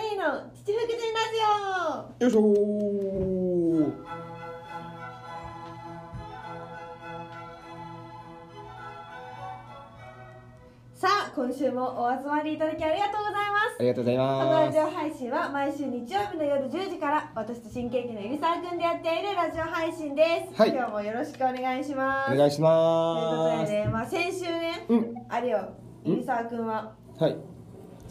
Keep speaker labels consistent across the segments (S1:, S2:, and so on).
S1: 七福神ラ
S2: よいしょー
S1: ジオさあ今週もお集まりいただきありがとうございます
S2: ありがとうござい
S1: このラ
S2: ま
S1: ジ
S2: す
S1: オ配信は毎週日曜日の夜10時から私と新喜劇のゆりさんくんでやっているラジオ配信です、
S2: はい
S1: 今日もよろしくお願いします
S2: お願いし
S1: というこ
S2: ま
S1: とで、
S2: す
S1: ねまあ、先週ね、
S2: うん
S1: あれよ
S2: うん
S1: ゆりさんくんは
S2: はい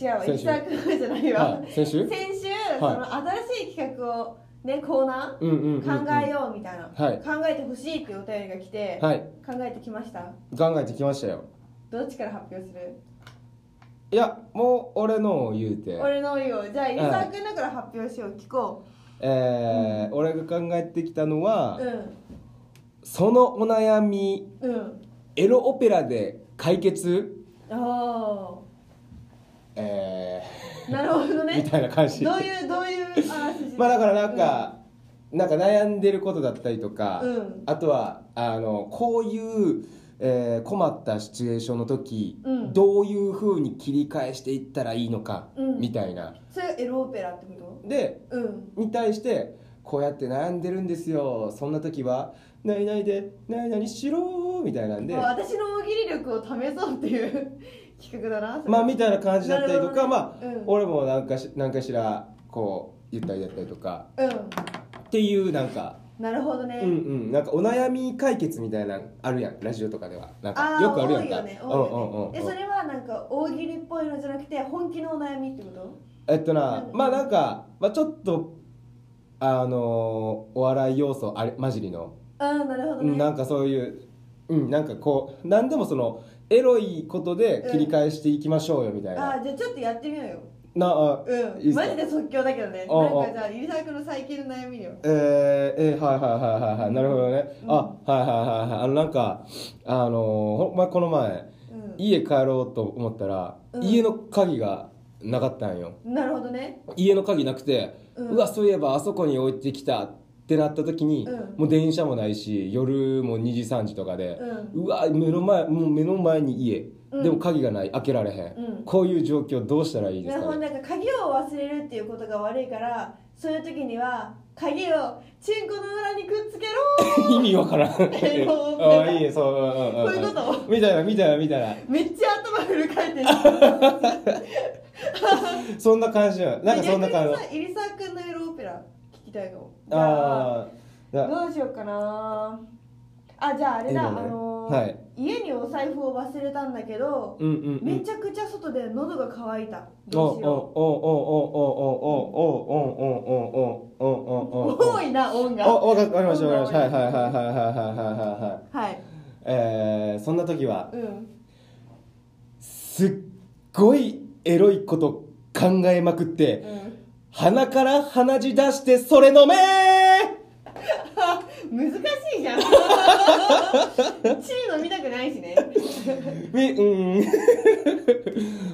S1: 違うわゆり
S2: 先週
S1: さんくんはじゃないわ、
S2: はい先週
S1: 先週、その新しい企画をねコーナ
S2: うんうんうん、うん、
S1: ー考えようみたいな、
S2: はい
S1: 考えてほしいっていうお便りが来て、
S2: はい
S1: 考えてきました
S2: 考えてきましたよ
S1: どっちから発表する、
S2: いやもう俺のを言うて
S1: 俺の言おうじゃあゆり
S2: は
S1: さ
S2: い
S1: んくんだから発表しよう聞こ
S2: えー俺が考えてきたのは、
S1: う
S2: そのお悩み
S1: うんうん
S2: エロオペラで解決
S1: あ
S2: え
S1: あなるほど
S2: ー み
S1: ね
S2: たいな感じ
S1: どういうどういうあー
S2: まあだからなん、か、なんか悩んでることだったりとか、
S1: うん
S2: あとはあのこういう、えー困ったシチュエーションの時、
S1: うん
S2: どういうふうに切り返していったらいいのか、
S1: うん
S2: みたいな
S1: 筋それがエロオペラってこ
S2: で
S1: とうん
S2: に対してこうやって悩んでるんですよそんな時は「何々で何々しろ」みたいなんで
S1: まあ私の大喜利力を試そうっていう 企画だなそれ
S2: まあみたいな感じだったり
S1: な
S2: とか、
S1: るほ
S2: まあ
S1: どねうん
S2: 俺もなんかし何かしらこう言ったりだったりとか
S1: うん
S2: っていうなんか
S1: なるほどね、
S2: うんうんなんかお悩み解決みたいなのあるやんラジオとかではなん
S1: あ
S2: か
S1: ー
S2: よくあるやん
S1: 多いよ
S2: か、
S1: ね
S2: う
S1: 多い
S2: ん
S1: よね
S2: うんうんうん
S1: えそれはなんか大喜利っぽいのじゃなくて本気のお悩みってこと
S2: えっとな
S1: うん
S2: まあなんか、まあ、ちょっとあのーお笑い要素あれ混じりの、
S1: ああなるほど
S2: う
S1: ね
S2: んなんかそういううんなんかこう何でもそのエロいことで切り返していきましょうよみたい
S1: あ
S2: な、
S1: ーじゃあちょっとやってみようよ
S2: なあ
S1: うん
S2: いいっすか
S1: マジで即興だけどね
S2: おう
S1: な
S2: おうん
S1: かじゃあゆりさくんの最近の悩みよ
S2: えー、えーはいはいはいはいはいなるほどね、あはいはいはいはいあのなんかあのーほんまこの前
S1: う
S2: 家帰ろうと思ったら、
S1: うん
S2: 家の鍵がなかったんよ
S1: んなるほどね
S2: 家の鍵なくて、
S1: う
S2: うんわそういえばあそこに置いてきたってなった時に、
S1: うん
S2: もう電車もないし夜も2時3時とかで、
S1: う
S2: うわ目の前もう目の前に家、
S1: うん
S2: でも鍵がない開けられへん、
S1: うん
S2: こういう状況どうしたらいいで
S1: な
S2: す
S1: るほ
S2: か
S1: ど
S2: ね
S1: なんか鍵を忘れるっていうことが悪いからそういう時には鍵をチンコの裏にくっつけろ
S2: 意味わ からん
S1: えもう
S2: ああいいねそううんんん
S1: こういうこと
S2: みたいなみたいなみたいな
S1: めっちゃ頭フル回転して
S2: そんな感じだよなんかそんな感じ
S1: 逆にさゆりさくんのエロオペラ聞きたいかもじゃあ
S2: ああーな
S1: どうしようかなあじゃああれだ、
S2: いいの
S1: あ
S2: ね
S1: のー
S2: はい
S1: 家にお財布を忘れたんだけど、
S2: うんうんうん
S1: めちゃくちゃ外で喉が渇いた
S2: おおお
S1: どうしよ
S2: おおおおおおおおおおお
S1: う
S2: おおお
S1: 多いな音が
S2: おわかわかりました
S1: 音が
S2: わかりましたはいはい
S1: 多
S2: はいはいはいはいはいはい
S1: はい
S2: えー、そんな時は
S1: うん
S2: すっごいエロいこと考えまくって、
S1: うん
S2: 鼻から鼻血出してそれ飲めー
S1: あ難しいじゃんチー飲みたくないしね
S2: みうん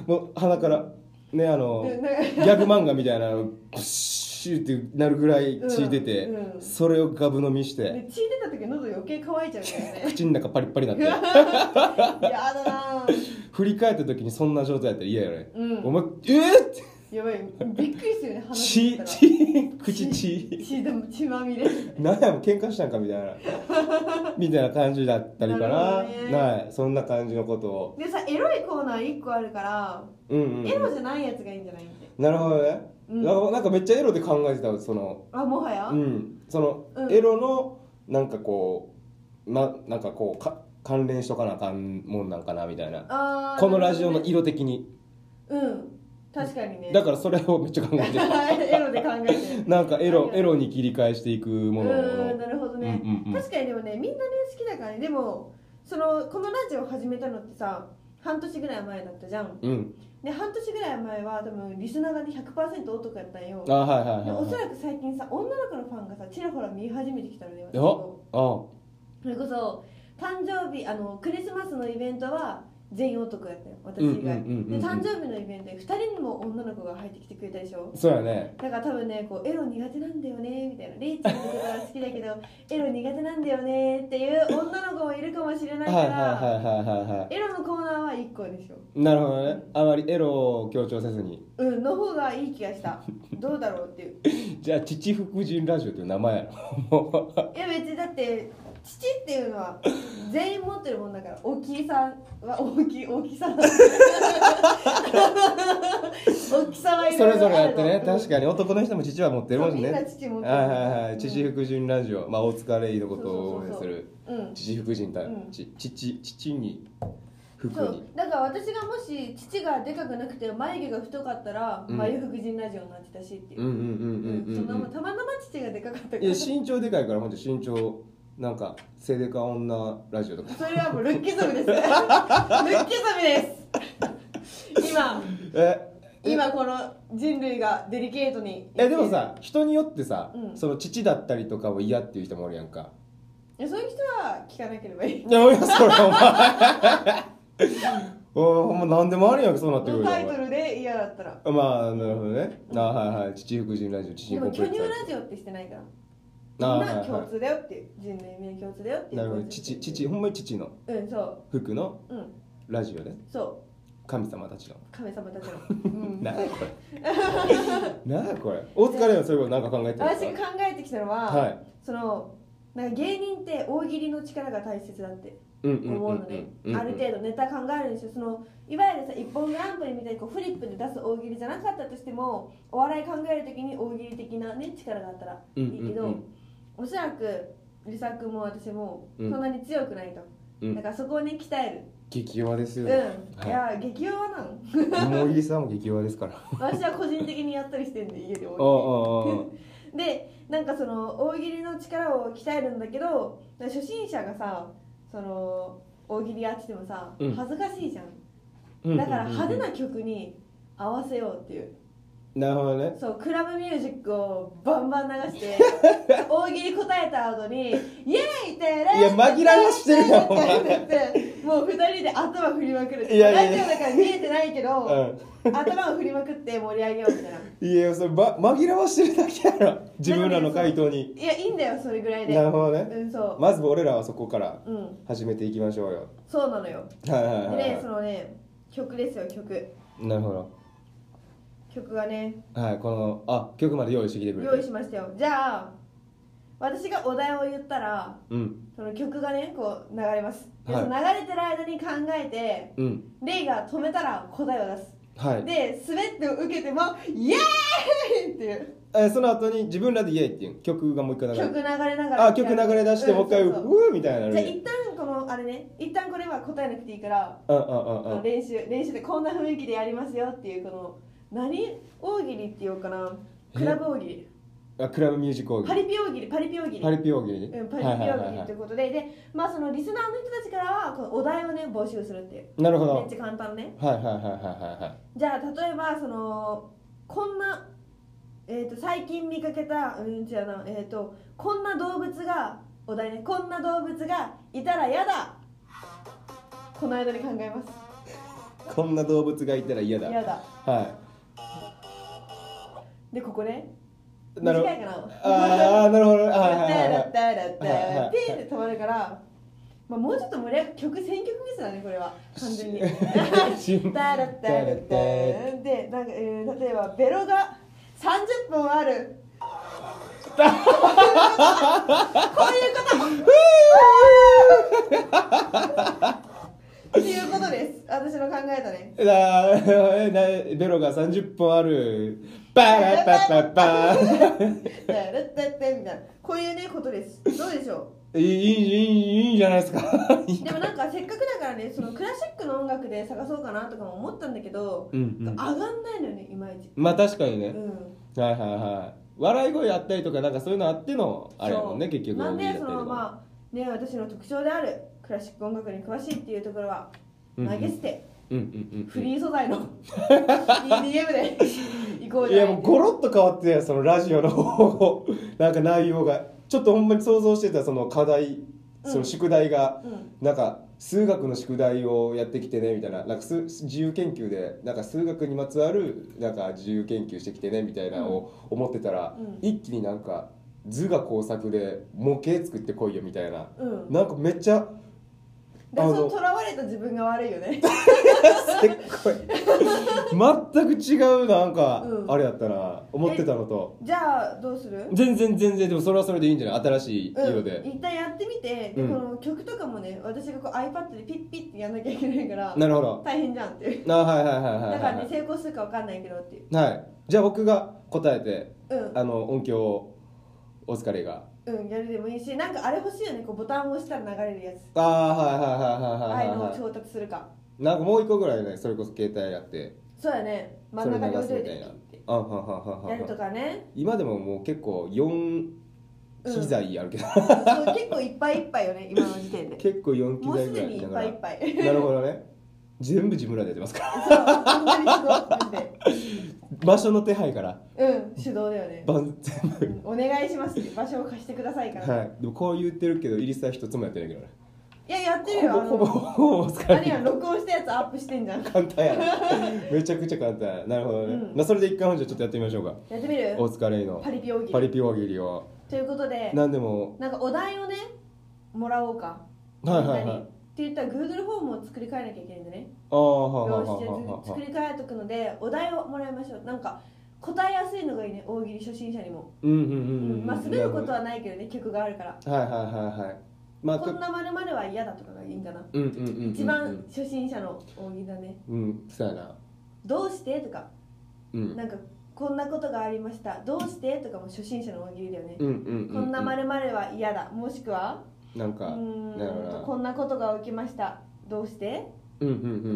S2: もう鼻からねあの
S1: うんなんか
S2: ギャグ漫画みたいなのプシューってなるぐらい血出て、
S1: うんうん
S2: それをガブ飲みして、
S1: で血出た時喉余計乾いちゃうからね
S2: 口の中パリッパリになって
S1: やだなぁ
S2: 振り返った時にそんな状態やったら嫌やね、
S1: うん
S2: お前えっ、って
S1: やばいびっくりするよね話し
S2: 血
S1: たら
S2: 血 口血
S1: 血でも血まみれ
S2: 何やもう喧嘩したんかみたいな みたいな感じだったりかな
S1: なるほどね
S2: はいそんな感じのことを
S1: でさエロいコーナー1個あるから、
S2: うんうん
S1: エロじゃないやつがいいんじゃないって
S2: なるほどね、
S1: うん
S2: なんかなんかめっちゃエロで考えてたその
S1: あもはや、
S2: うん、その、
S1: うん
S2: エロのなんかこうななんかこうか関連しとかなあかんもんなんかなみたいな
S1: あー
S2: このラジオ
S1: な
S2: の
S1: る
S2: 色的に
S1: ほどねうん確かにね
S2: だからそれをめっちゃ考えてる
S1: エロで考えてる
S2: なんかエロ
S1: はいはい
S2: エロに切り返していく
S1: う
S2: もの
S1: ーんな
S2: の
S1: るほどね、
S2: うんうんうん
S1: 確かにでもねみんなね好きだからねでもそのこのラジオ始めたのってさ半年ぐらい前だったじゃん
S2: うん
S1: で半年ぐらい前は多分リスナーがね100%男やったんよ
S2: あはいはいはい
S1: でおそ
S2: はい
S1: らく最近さ女の子のファンがさちらほら見始めてきたのね私
S2: お
S1: もそれこそ誕生日あのクリスマスのイベントは全員男やったよ私
S2: うんうん
S1: 以外、
S2: うんうんうん
S1: で誕生日のイベントで2人も女の子が入ってきてくれたでしょ
S2: そうやね
S1: だから多分ねこうエロ苦手なんだよねみたいなレイちゃんのことは好きだけど エロ苦手なんだよねっていう女の子もいるかもしれな
S2: はいい
S1: か
S2: はい
S1: ら、
S2: はいはいはいは
S1: エロのコーナーは1個でしょ
S2: いなるほどねあまりエロを強調せずに
S1: うんの方がいい気がしたどうだろうっていう
S2: じゃあ父福神ラジオっていう名前やろ
S1: いや別にだって父っていうの は全員持ってるもんだから大きいさんは大きい大き さん大きさはい
S2: そ
S1: ろいろある
S2: れぞれやってね確
S1: に
S2: かに男の人も父は持ってるもん
S1: みんな
S2: ね
S1: 父持ってる
S2: はいはいはい父福神ラジオまあ大塚レイのことを応援する
S1: うん
S2: 父福神対
S1: うん
S2: ち父父に福
S1: そ
S2: に
S1: うだから私がもし父がでかくなくて眉毛が太かったら
S2: うん
S1: 眉福神ラジオになってたしっていうう、
S2: んうんうんうん
S1: そ
S2: うんん
S1: な
S2: う
S1: もん
S2: ん
S1: たまたま父がでかかったから
S2: いや身長でかいからほんと身長なんか「セデカ女ラジオ」とか
S1: それはもうルッキズムです ルッキズムです今
S2: え
S1: 今この人類がデリケートに
S2: えでもさ人によってさ、
S1: うん
S2: その父だったりとかを嫌っていう人もおるやんか
S1: いやそういう人は聞かなければいい
S2: いやおやそれお前 お前何でもあるやんけそうなってくるとお
S1: タイ
S2: 前
S1: トルで嫌だったら
S2: まあなるほどねあはいはい父福神ラジオ父
S1: でも
S2: コンプ
S1: 巨
S2: レック
S1: 乳
S2: ス
S1: ラジオってしてないから
S2: あ
S1: みんな
S2: はいは
S1: 共通だよっていう人類みんな共通だよって
S2: い
S1: いう
S2: なるほど父父ほんまに父の
S1: うんそ
S2: 福の
S1: ううん
S2: ラジオで
S1: そ
S2: 神様たちの
S1: う神様 たちの、うん、
S2: なあこれなあこれ大塚ではそういうことなんか考えてる
S1: 私が考えてきたのは、
S2: はい
S1: そのなんか芸人って大喜利の力が大切だって
S2: うんうん
S1: 思
S2: う
S1: うんのね
S2: うんうん
S1: ある程度ネタ考えるんですよそのいわゆるさ「一本グランプリ」みたいにこうフリップで出す大喜利じゃなかったとしてもお笑い考える時に大喜利的な、ね、力があったらいいけど、
S2: うんうん
S1: おそらく梨沙君も私もそ
S2: うん
S1: んなに強くないと、
S2: うん
S1: だからそこに鍛え
S2: 激弱です
S1: る
S2: よ、
S1: うん、い、や激弱な の
S2: 森木さんも激弱ですからあ
S1: 私は個人的にやったりしてんで家で
S2: あ
S1: 大
S2: あ
S1: 喜利でなんかその大喜利の力を鍛えるんだけど初心者がさその大喜利やっててもさ
S2: うん
S1: 恥ずかしいじゃん、
S2: ああ
S1: だから派手
S2: な
S1: な曲に合わせようっていう
S2: なるほどね
S1: そうクラブミュージックをバンバン流して 大喜利答えた後に「イエーイ!」って
S2: いや紛らわしてるやんお前
S1: ってもう二人で頭振りまくる
S2: いやいやいや
S1: ラジオだから見えてないけど
S2: うん
S1: 頭を振りまくって盛り上げようみたいない
S2: やそれ、ま、紛らわしてるだけや ろ自分らの回答に
S1: いやいいんだよそれぐらいで
S2: なるほどね
S1: うんそう、
S2: まず俺らはそこから
S1: うん
S2: 始めていきましょうよ
S1: そうなのよ
S2: はいはい
S1: で
S2: はい
S1: ねそ
S2: は
S1: のね曲ですよ曲
S2: いなるほど
S1: 曲がね
S2: はいこのあ曲まで用意してきてくれて
S1: 用意しましたよじゃあ私がお題を言ったら
S2: うん
S1: その曲がねこう流れます、で
S2: はい
S1: その流れてる間に考えて
S2: うん
S1: レイが止めたら答えを出す、
S2: はい
S1: で滑って受けてもイエーイっていう
S2: えその後に自分らで「イエイ!」っていう曲がもう一回流れ
S1: 曲流
S2: る
S1: れながら
S2: あ曲流れ出してもう一回「
S1: ん
S2: う
S1: そうそう
S2: ー!」みたいになる
S1: じゃあ
S2: ね
S1: 一旦このあれね一旦これは答えなくていいから
S2: うんうんうん
S1: あ
S2: う
S1: の
S2: ん
S1: 練習練習でこんな雰囲気でやりますよっていうこの何大喜利っていうかなクラブ大喜利
S2: あクラブミュージックオーギ
S1: パ
S2: リ
S1: リピ大喜利パリピ大喜利
S2: パリピオーギリ
S1: うん、パリ
S2: はい
S1: ピ
S2: はい
S1: 大
S2: は
S1: 喜
S2: い
S1: 利
S2: は
S1: ということで、で、まあ、そのリスナーの人たちからは、このお題をね、募集するっていう。
S2: いなるほど
S1: め
S2: は
S1: っちゃ簡単ね。
S2: いはいはいはいはいは
S1: じゃあ、例えば、その、こんな。えっ、と、最近見かけた、うん、違うな、えっ、と、こんな動物が、お題ね、こんな動物がいたら嫌だ。この間に考えます。
S2: いこんな動物がいたら嫌だ
S1: 嫌だ。
S2: は
S1: で、ここね。
S2: いなるほ
S1: 短
S2: ど
S1: いかな。
S2: ああなるほどはいはい
S1: だ
S2: はいは
S1: だ
S2: い
S1: だだ
S2: はい
S1: だ
S2: はい
S1: って止まるから、まあ、もうちょっと盛り上が曲選曲ミスだねこれは完全に。
S2: 心
S1: だらだらだら
S2: だ
S1: でなんか、えー、例えばベロが30分ある。こういうこと。っていうことです。私の考えたね。
S2: だえなベロが30本あるパラパパパ
S1: だらだらだらみたいなこういうねことです。どうでしょう。
S2: いいいいいいいいじゃないですか
S1: でもなんかせっかくだからねそのクラシックの音楽で探そうかなとかも思ったんだけど、
S2: うんうん
S1: 上がんないのよねいまいち、
S2: まあ確かに
S1: う
S2: ね、
S1: ん、
S2: はいはいはい笑い声あったりとかなんかそういうのあってのあれやもんね
S1: そう
S2: 結局
S1: なん
S2: 大喜利だっ
S1: で
S2: た
S1: そ
S2: り
S1: の
S2: とか
S1: まあね私の特徴であるクラシック音楽に詳しいっていうところは投げ捨て、
S2: うんうん
S1: フリー素材の EDM で行こ
S2: う
S1: うんじ
S2: い
S1: ゃ
S2: や
S1: ない
S2: もうゴロッと変わってたよそのラジオの方 なんか内容がちょっとほんまに想像してたその課題その宿題が
S1: うん
S2: なんか数学の宿題をやってきてねみたいななんか数自由研究でなんか数学にまつわるなんか自由研究してきてねみたいなのを思ってたら、
S1: うん
S2: 一気になんか図画工作で模型作ってこいよみたいな、
S1: うん
S2: なんかめっちゃ
S1: だから
S2: あ
S1: そ
S2: の
S1: のとらわれた自分が悪いよね
S2: せっこい 全く違うなんか、
S1: うん
S2: あれやったな思ってたのと
S1: じゃあどうする
S2: 全然全然でもそれはそれでいいんじゃない新しい色で、
S1: うん、一旦やってみて、で
S2: うん
S1: この曲とかもね私がこう iPad でピッピッてやんなきゃいけないから
S2: なるほど
S1: 大変じゃんっていう
S2: あはいはいはいはい
S1: だ
S2: は
S1: か
S2: い
S1: ら
S2: は
S1: ね成功するかわかんないけどっていう
S2: い、はい、じゃあ僕が答えて
S1: うん
S2: あの音響をお疲れが
S1: うんやるでもいいしなんかあれ欲しいよねこうボタンを押したら流れるやつ
S2: ああ
S1: あ
S2: は
S1: あ
S2: い
S1: いう
S2: はいはい
S1: のを
S2: はいはい
S1: 調達するか
S2: なんかもう一個ぐらいねそれこそ携帯やって
S1: そうやね真
S2: そ
S1: ん
S2: れ
S1: 中に
S2: 流
S1: 置い
S2: す
S1: とい
S2: み
S1: て
S2: たい
S1: ピ
S2: な
S1: ッて
S2: あはんはんはんは
S1: や
S2: ん
S1: る
S2: は
S1: と
S2: ん
S1: かね
S2: 今でももう結構4機材あるけど、
S1: そう結構いっぱいいっぱいよね今の時点 で
S2: 結構4機
S1: もう
S2: 材
S1: す
S2: ぐら
S1: でに
S2: い
S1: い
S2: だ
S1: っ
S2: か
S1: ぱいい
S2: ら
S1: っぱい
S2: なるほどね全部自分らでやってますから
S1: そう本当にすごいんで
S2: 場所の手配から
S1: うん手動だよね、
S2: 万全部
S1: うんお願いしますって場所を貸してくださいから、
S2: はいでもこう言ってるけど入りさ一つもやってないけどね
S1: い、ややってるよあ
S2: ほぼ
S1: の
S2: ほぼお疲
S1: 何
S2: れ
S1: や録音したやつアップしてんじゃんや
S2: 簡単やなめちゃくちゃ簡単やなるほどね、
S1: うん
S2: まあそれで一回本日ちょっとやってみましょうか
S1: ってみる
S2: お疲れの
S1: パリピ大喜利
S2: パリピ大喜利を
S1: ということで
S2: 何でも
S1: なんかお題をねもらおうか
S2: はいはいはい
S1: みんなにって言ったら Google フォームを作り変えなきゃいけないんでね
S2: ああはあはあ
S1: よ
S2: は
S1: しじゃあ
S2: あは
S1: 作り変えとくのでお題をもらいましょうなんか答えやすいのがいいね大喜利初心者にも、
S2: うんうんうん
S1: う
S2: うん
S1: んまあ滑ること
S2: は
S1: はないけどね曲があるから
S2: いはいはいはいまあ
S1: こ
S2: と
S1: んなまるは嫌だとかがいいんかな
S2: うんうんうんうん
S1: 一番初心者の大喜利だね
S2: うんそうやな
S1: どうしてとか
S2: うん
S1: なんかこんなことがありましたどうしてとかも初心者の大喜利だよね
S2: うんうんうんう
S1: こんなまるは嫌だもしくは
S2: なん
S1: う
S2: か
S1: ーん
S2: なるほどな
S1: こんなことが起きましたどうして
S2: うんうんうんうんう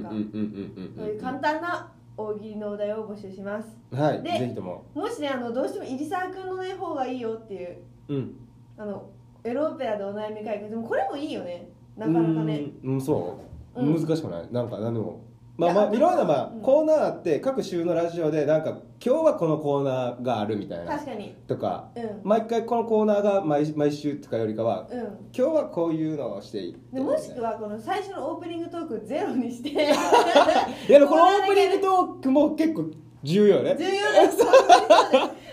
S2: ん
S1: そう
S2: うん
S1: いう簡単な大喜利のお題を募集します
S2: はい
S1: で
S2: ぜひとも
S1: もしねあのどうしても入沢君のね方がいいよっていう
S2: うん
S1: あのエロペラでお悩み解決でもこれもいいよねなかなかね
S2: うんうんそう
S1: うん
S2: 難しくないなんか何でもまあ
S1: い
S2: ま
S1: や
S2: あいろんなまあ
S1: うん
S2: コーナーあって各週のラジオでなんか今日はこのコーナーがあるみたいな
S1: 確かに
S2: とか
S1: うん
S2: 毎回このコーナーが毎毎週とかよりかは
S1: うん
S2: 今日はこういうのをしていい
S1: でもしくはこの最初のオープニングトークゼロ にして重
S2: いやでもこのオープニングトークも結構重要ね
S1: 要です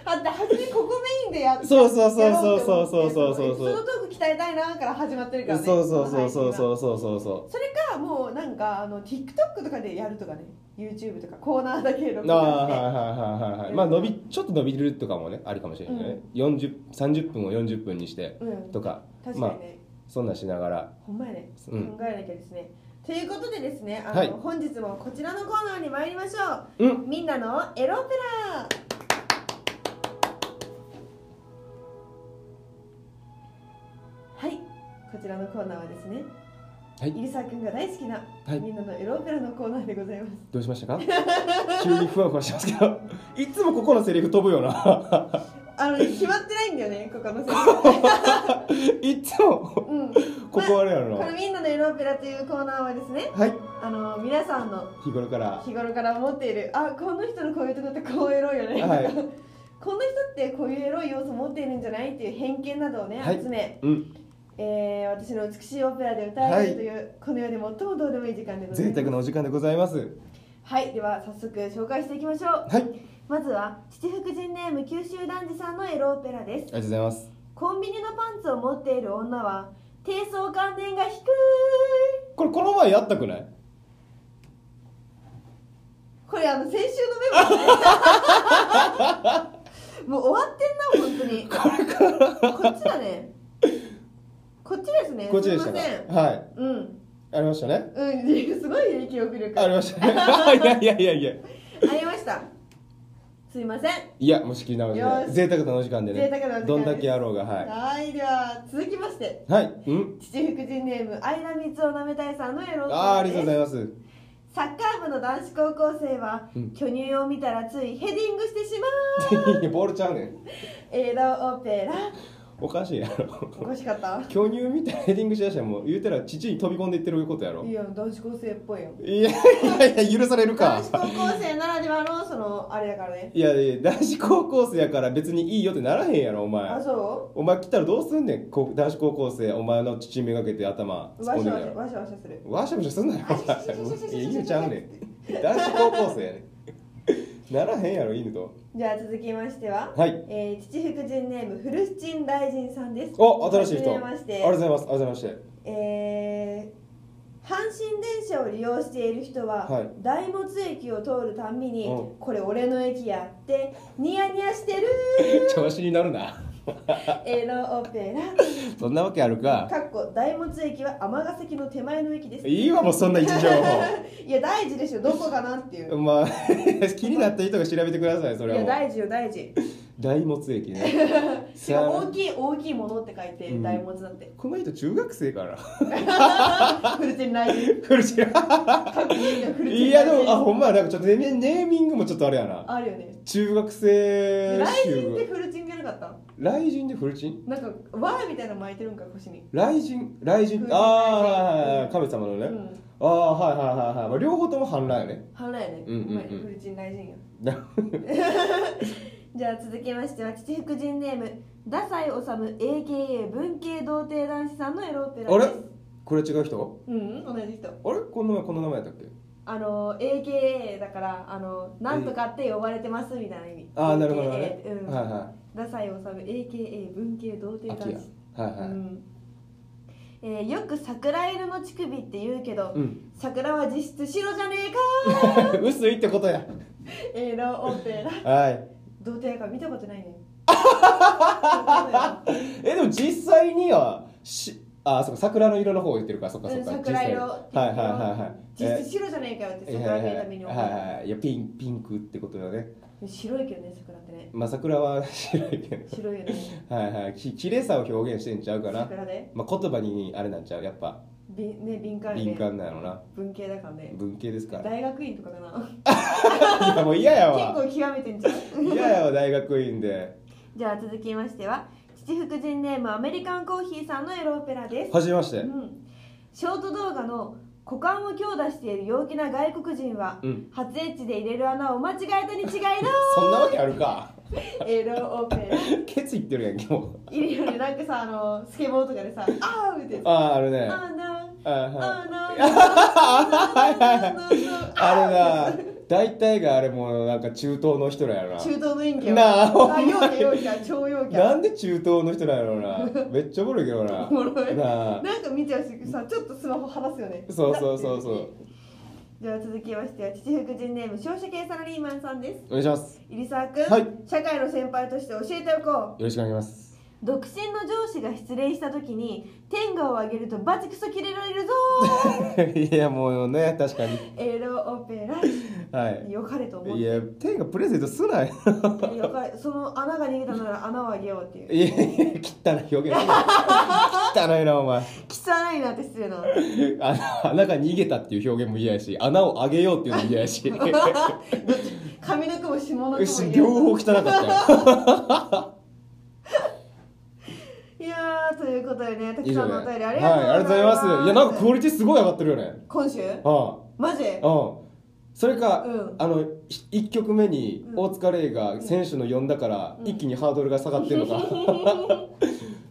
S1: だって初めここメインでやって
S2: そうそうそうそうそうそうそうそう
S1: そのトーク鍛えたいなから始まってるからね
S2: そうそうそうそう
S1: この配信が
S2: そうそうそうそ
S1: それかもうなんかあの TikTok とかでやるとかね YouTube とかコーナーだけ録
S2: うあ
S1: 画
S2: あ
S1: し
S2: はい
S1: て
S2: はいはいはいはいまあ伸びちょっと伸びるとかもねありかもしれないね、40 30分を40分にして
S1: うん
S2: とか
S1: 確
S2: ま
S1: か
S2: あ
S1: にね、
S2: そんなんしながら
S1: ほんまやね、
S2: うん
S1: 考えなきゃですねということでですねあの、
S2: はい
S1: 本日もこちらのコーナーに参りましょう
S2: うん
S1: みんなのエロペラはいこちらのコーナーはですね
S2: はい
S1: 入澤君が大好きな、
S2: はい
S1: みんなのエロペラのコーナーでございます
S2: どうしましたか急にふわふわしてますけどいつもここのセリフ飛ぶよな
S1: あのね決まってないんだよねここの先
S2: いつも
S1: 生うん
S2: ここあれやろ
S1: この
S2: な
S1: みんなのエロペラというコーナーはですね
S2: はい
S1: あの皆さんの
S2: 日頃から
S1: 日頃から思っているあこの人のこういうとこってこうエロいよね、
S2: はい
S1: この人ってこういうエロい要素持っているんじゃないっていう偏見などをね、
S2: はい
S1: 集め、
S2: うん
S1: えー私の美しいオペラで歌えるという、この世で最もどうでもいい時間でござい
S2: 贅
S1: ます
S2: 沢なお時間でございます
S1: はいでは早速紹介していきましょう
S2: はいあり
S1: まずは七福神ネーム九州男児さんのエロオペラです
S2: がとうございます
S1: コンビニのパンツを持っている女は低層観念が低い
S2: これこの前やったくない
S1: これあの先週のメモだねもう終わってんな本当にこっちだねこっちですね
S2: こっちでし
S1: すい
S2: たか
S1: ません
S2: はい
S1: うん
S2: ありましたね
S1: うんすごいね記憶力
S2: あ
S1: あ
S2: りましたね いやいやいやいや
S1: りましたすいません
S2: いやもう仕切り直し
S1: よ
S2: で
S1: し
S2: 贅沢なお時間でね
S1: 贅沢なお時間です
S2: どんだけやろうがは
S1: はいでは続きまして
S2: いはいうん
S1: 父福神ネーム相田光雄なめたいさんのエロー
S2: ああーありがとうございます
S1: サッカー部の男子高校生は、
S2: うん
S1: 巨乳を見たらついヘディングしてしまう
S2: ボールちゃうねん
S1: エロオペラ
S2: おかしいやろ
S1: おかしかった
S2: 巨乳みたいなヘディングしだしたらもう言うたら父に飛び込んでいってることやろ
S1: いや男子高生っぽいよ
S2: いやいやいや許されるか
S1: 男子高校生ならではのそのあれやからね
S2: いやいや男子高校生やから別にいいよってならへんやろお
S1: あ
S2: 前
S1: そ
S2: お前来たらどうすんねんこ男子高校生お前の父めがけて頭
S1: う
S2: 突っ
S1: わ
S2: 込ん
S1: し
S2: で
S1: ゃ
S2: る
S1: わし
S2: や
S1: ゃ
S2: ろ
S1: わしゃわしゃする
S2: わしゃわしゃすんなよ
S1: あしゃしゃしゃしゃしゃ
S2: お前いや犬ちゃうねん男子高校生やねんならへんやろ犬と
S1: じゃあ続きましては、
S2: はい
S1: えー、父福神ネームフルスチン大臣さんです
S2: お新しい人
S1: はじめ
S2: あ
S1: ま
S2: り
S1: し
S2: がとうご
S1: て
S2: ざいますありがとうございまして
S1: えー、阪神電車を利用している人は、
S2: はい
S1: 大物駅を通るたんびに、
S2: う
S1: これ俺の駅やってニヤニヤしてる
S2: 調子になるな
S1: エロオペラ
S2: そんなわけあるか
S1: かっこ大物駅は尼崎の手前の駅です
S2: いいわもうそんな位置情
S1: いや大事でしょどこかなっていう
S2: 報まあ 気になった人が調べてくださいそ
S1: い
S2: れは
S1: や
S2: もう
S1: 大事よ大事
S2: 大物 駅ね
S1: しかも大きい大きいものって書いて
S2: うん
S1: 大物だって
S2: この人中学生から
S1: フルチン大事
S2: 苦し
S1: か
S2: い
S1: っこいいなフルチン大事
S2: いやでもあほんまやなんかちょっとネネーミングもちょっとあれやな
S1: あるよね
S2: 中学生
S1: 雷神って
S2: 集
S1: フルチンじゃなかった
S2: 雷神でフルチン
S1: なんか輪みたいなの巻いてるんか腰に
S2: 雷神雷
S1: 風
S2: 神
S1: 神
S2: ああ神様の
S1: う
S2: ね、
S1: ん
S2: ああはいはいはいはい、まあ、両方とも反乱やね
S1: 反乱やね
S2: うんうんうん
S1: お前フルチン大臣や
S2: な
S1: じゃあ続きましては父福神ネームダサイオサム AKA 文系童貞男子さんのエロオペ
S2: あ
S1: ラ
S2: れ
S1: です
S2: これ違う人
S1: うん同じ人
S2: あれこの名前この名前やったっけ
S1: あの AKA だからあのなんとかって呼ばれてますみたいな意味
S2: ああなるほどね、
S1: AKA うん
S2: はいは
S1: ダサイオサム AKA 文系童
S2: い
S1: 貞
S2: 秋
S1: 男
S2: や
S1: 子
S2: はいは
S1: う
S2: い
S1: んえーよく桜色の乳首って言うけど、
S2: うん、
S1: 桜は実質白じゃねえか
S2: 薄いってことや
S1: エロオペラ
S2: はい
S1: 童貞やから見たこと ないね
S2: えでも実際にはしあそっか桜の色の方を言ってるからそっかそっか、
S1: うん桜色
S2: 実際はいはいはいはい
S1: 実質白じゃねえかよって
S2: え
S1: 桜見るために思う、
S2: はいはいはいいやピンピンクってことだね
S1: 白いけどね桜ってね
S2: まあ桜は白いけど
S1: 白いよね
S2: はいはいき綺麗さを表現してんちゃうかな、
S1: 桜で
S2: まあ、言葉にあれなんちゃうやっぱ
S1: びね敏感やね
S2: 敏感なのな
S1: 文系だからね
S2: 文系ですから
S1: 大学院とかかな
S2: いやもう嫌やわ
S1: 結構極めてんじゃん
S2: 嫌やわ大学院で
S1: じゃあ続きましては父福神ネームアメリカンコーヒーさんのエロオペラです、
S2: はじめまして
S1: うん、ショート動画の股間を強打している陽気な外国人は、
S2: うん
S1: 初エッチで入れる穴を間違えたに違いな
S2: そんなわけあるか
S1: いエロオペラ
S2: ケツいってるやん今日
S1: いるよねなんかさあのスケボーとかでさ「あー」みたいな「
S2: あああるね
S1: あーな
S2: あ
S1: あ
S2: は
S1: ー
S2: い
S1: なあ
S2: はい
S1: ーなー
S2: あれな大体があれもうなんか中東の人らやろな
S1: 中東の陰キャ
S2: なあ
S1: あ陽キャ陽キャ超陽キャ
S2: なんで中東の人なんやろうなめっちゃおもろいけどな
S1: おもろい
S2: なあ
S1: なんか見ちゃうしさちょっとスマホ離すよね
S2: そうそうそうそう
S1: じゃあ続きましては父福神ネーム商社系サラリーマンさんです
S2: お願いします
S1: 入澤君、
S2: はい
S1: 社会の先輩として教えておこう
S2: よろしくお願いします
S1: 独身の上司が失恋した時に天下を上げるとバチクソキレられるぞ
S2: いやもうね確かに
S1: エロオペラ
S2: はい
S1: よかれと思っ
S2: い
S1: て
S2: や天がプレゼントすなよ
S1: よかれその穴が逃げたなら穴をあげようっていう
S2: いやいや汚い表現汚いなお前
S1: 汚いなって失礼 な
S2: あ穴が逃げたっていう表現も嫌やし穴をあげようっていうのも嫌やし
S1: 髪の毛も下の
S2: よ
S1: 毛も
S2: し
S1: 入れ
S2: 両
S1: よう
S2: 方汚かったよ
S1: いやーということでねたく
S2: 以
S1: さ
S2: 上
S1: んのお
S2: では
S1: 便
S2: い
S1: り
S2: あ
S1: あ
S2: り
S1: り
S2: が
S1: がとうございます、
S2: とうございますいやなんかクオリティすごい上がってるよね
S1: 今週
S2: は
S1: マジ
S2: あうんそれか、
S1: うん
S2: あの1曲目に
S1: うん
S2: 大塚玲が選手の呼んだから、
S1: うん
S2: 一気にハードルが下がって るのか、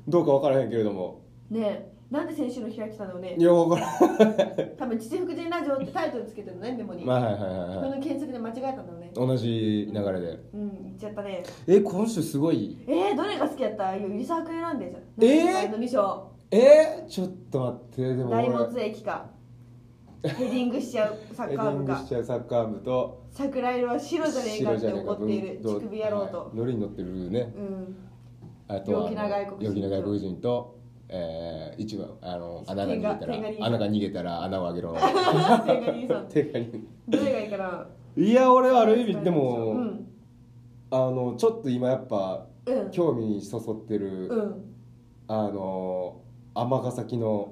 S2: どうか分からへんけれども
S1: ねえなんで先週の開きたのね
S2: いや分から
S1: 多分「父福神ラジオ」ってタイトルつけてるのねメモに、
S2: んまあはいはいはい
S1: こ
S2: はい
S1: の検索で間違えたんだろうね
S2: 同じ流れで
S1: うん言っちゃったね
S2: え今週すごい
S1: えー、どれが好きやったいやゆさく選んでじゃん
S2: えー
S1: のミショ
S2: えー、ちょっと待ってでも
S1: 大
S2: 俺
S1: 物駅かヘディングしちゃうサ
S2: ヘ
S1: ッ
S2: デ
S1: カー
S2: ィン
S1: 部
S2: グ
S1: か
S2: しちゃうサッカー部と
S1: 桜色は白じゃねえかって怒っている
S2: 白じゃねえか
S1: 乳首野郎
S2: は
S1: と
S2: い、ノリに乗ってるね
S1: うん
S2: あとは
S1: 陽気な外国人
S2: 陽気な外国人とえー、一番あの穴が逃げた
S1: 天が天が逃げた
S2: ら穴が逃げたら穴 をあげろ
S1: 天下人さん
S2: 手が逃げ
S1: どれがいいかない
S2: や俺はある意味でも、
S1: うん
S2: あのちょっと今やっぱ
S1: うん
S2: 興味にそそってる、
S1: うん
S2: あの尼崎の
S1: お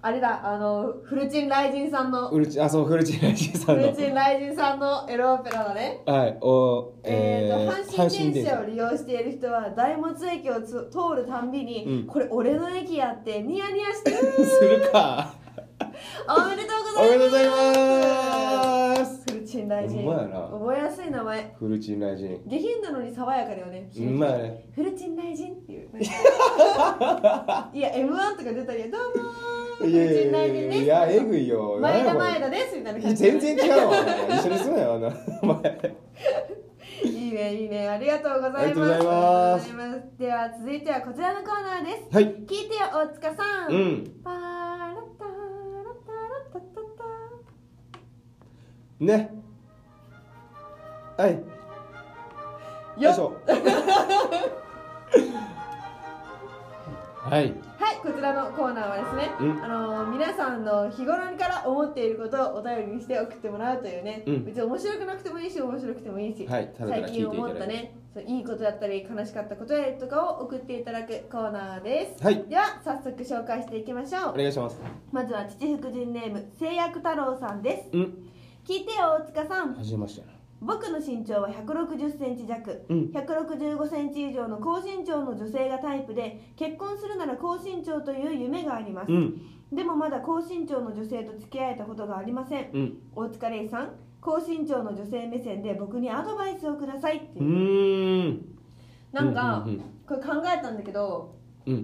S1: あれだあのフルチン雷神さんの
S2: ウルチあそうフルチンライジンさ
S1: フ
S2: んの
S1: ルチン雷神さんのエロオペラだね
S2: はいお
S1: えー、と阪神電車を
S2: 車
S1: 利用している人は大物駅をつ通るたんびに、
S2: うん
S1: これ俺の駅やってニヤニヤ してる
S2: するか
S1: おめでと
S2: おめで
S1: うご
S2: とうござ
S1: ざい
S2: い
S1: ます
S2: ます
S1: フルチン大臣
S2: ほんまやな
S1: 覚えやすい名前
S2: フルチンライジン
S1: 下品なのに爽やかだよね
S2: うまいね
S1: フルチン大臣って いうなんかいや m 1とか出たりどうもーフル
S2: いやい
S1: チン
S2: や
S1: 大臣
S2: いや
S1: です
S2: いやえぐいよ
S1: 前田
S2: なんや
S1: 前
S2: こ
S1: 田ですみたいな
S2: れ
S1: 感じ
S2: 全然違うわ一緒にすなよあんなお前
S1: いいねいいねありがとうござ
S2: あ
S1: い
S2: りがとう
S1: ま
S2: ご
S1: す
S2: ざいま
S1: あ
S2: す
S1: りがとうございますでは続いてはこちらのコーナーです
S2: はい
S1: 聞いてよ大塚さん、
S2: うん
S1: パラッタラッタラッタッタッ
S2: ねはい
S1: タ
S2: よいし
S1: は
S2: ょはい
S1: いこちらのコーナーはですね、
S2: うん
S1: あのー皆さんの日頃から思っていることをお便りにして送ってもらうというね、
S2: うん
S1: 別に面白くなくてもいいし面白くてもいいし、
S2: はいただた
S1: 最
S2: だ聞い
S1: 近
S2: てい
S1: 思
S2: た
S1: った
S2: だいて
S1: ねそういいことだったり悲しかったことやとかを送っていただくコーナーです、
S2: はい
S1: では早速紹介していきましょ
S2: お
S1: う
S2: 願いします
S1: まずは父福神ネーム製薬太郎さんです
S2: うん
S1: 聞いてよ大塚さん
S2: 始めましたな
S1: 僕の身長は1 6 0センチ弱、
S2: うん
S1: 1 6 5センチ以上の高身長の女性がタイプで結婚するなら高身長という夢があります、
S2: うん
S1: でもまだ高身長の女性と付き合えたことがありません
S2: うん
S1: 大塚玲さん高身長の女性目線で僕にアドバイスをくださいってい
S2: う
S1: う、
S2: ーん
S1: なんか、
S2: うん
S1: これ考えたんだけど
S2: うんう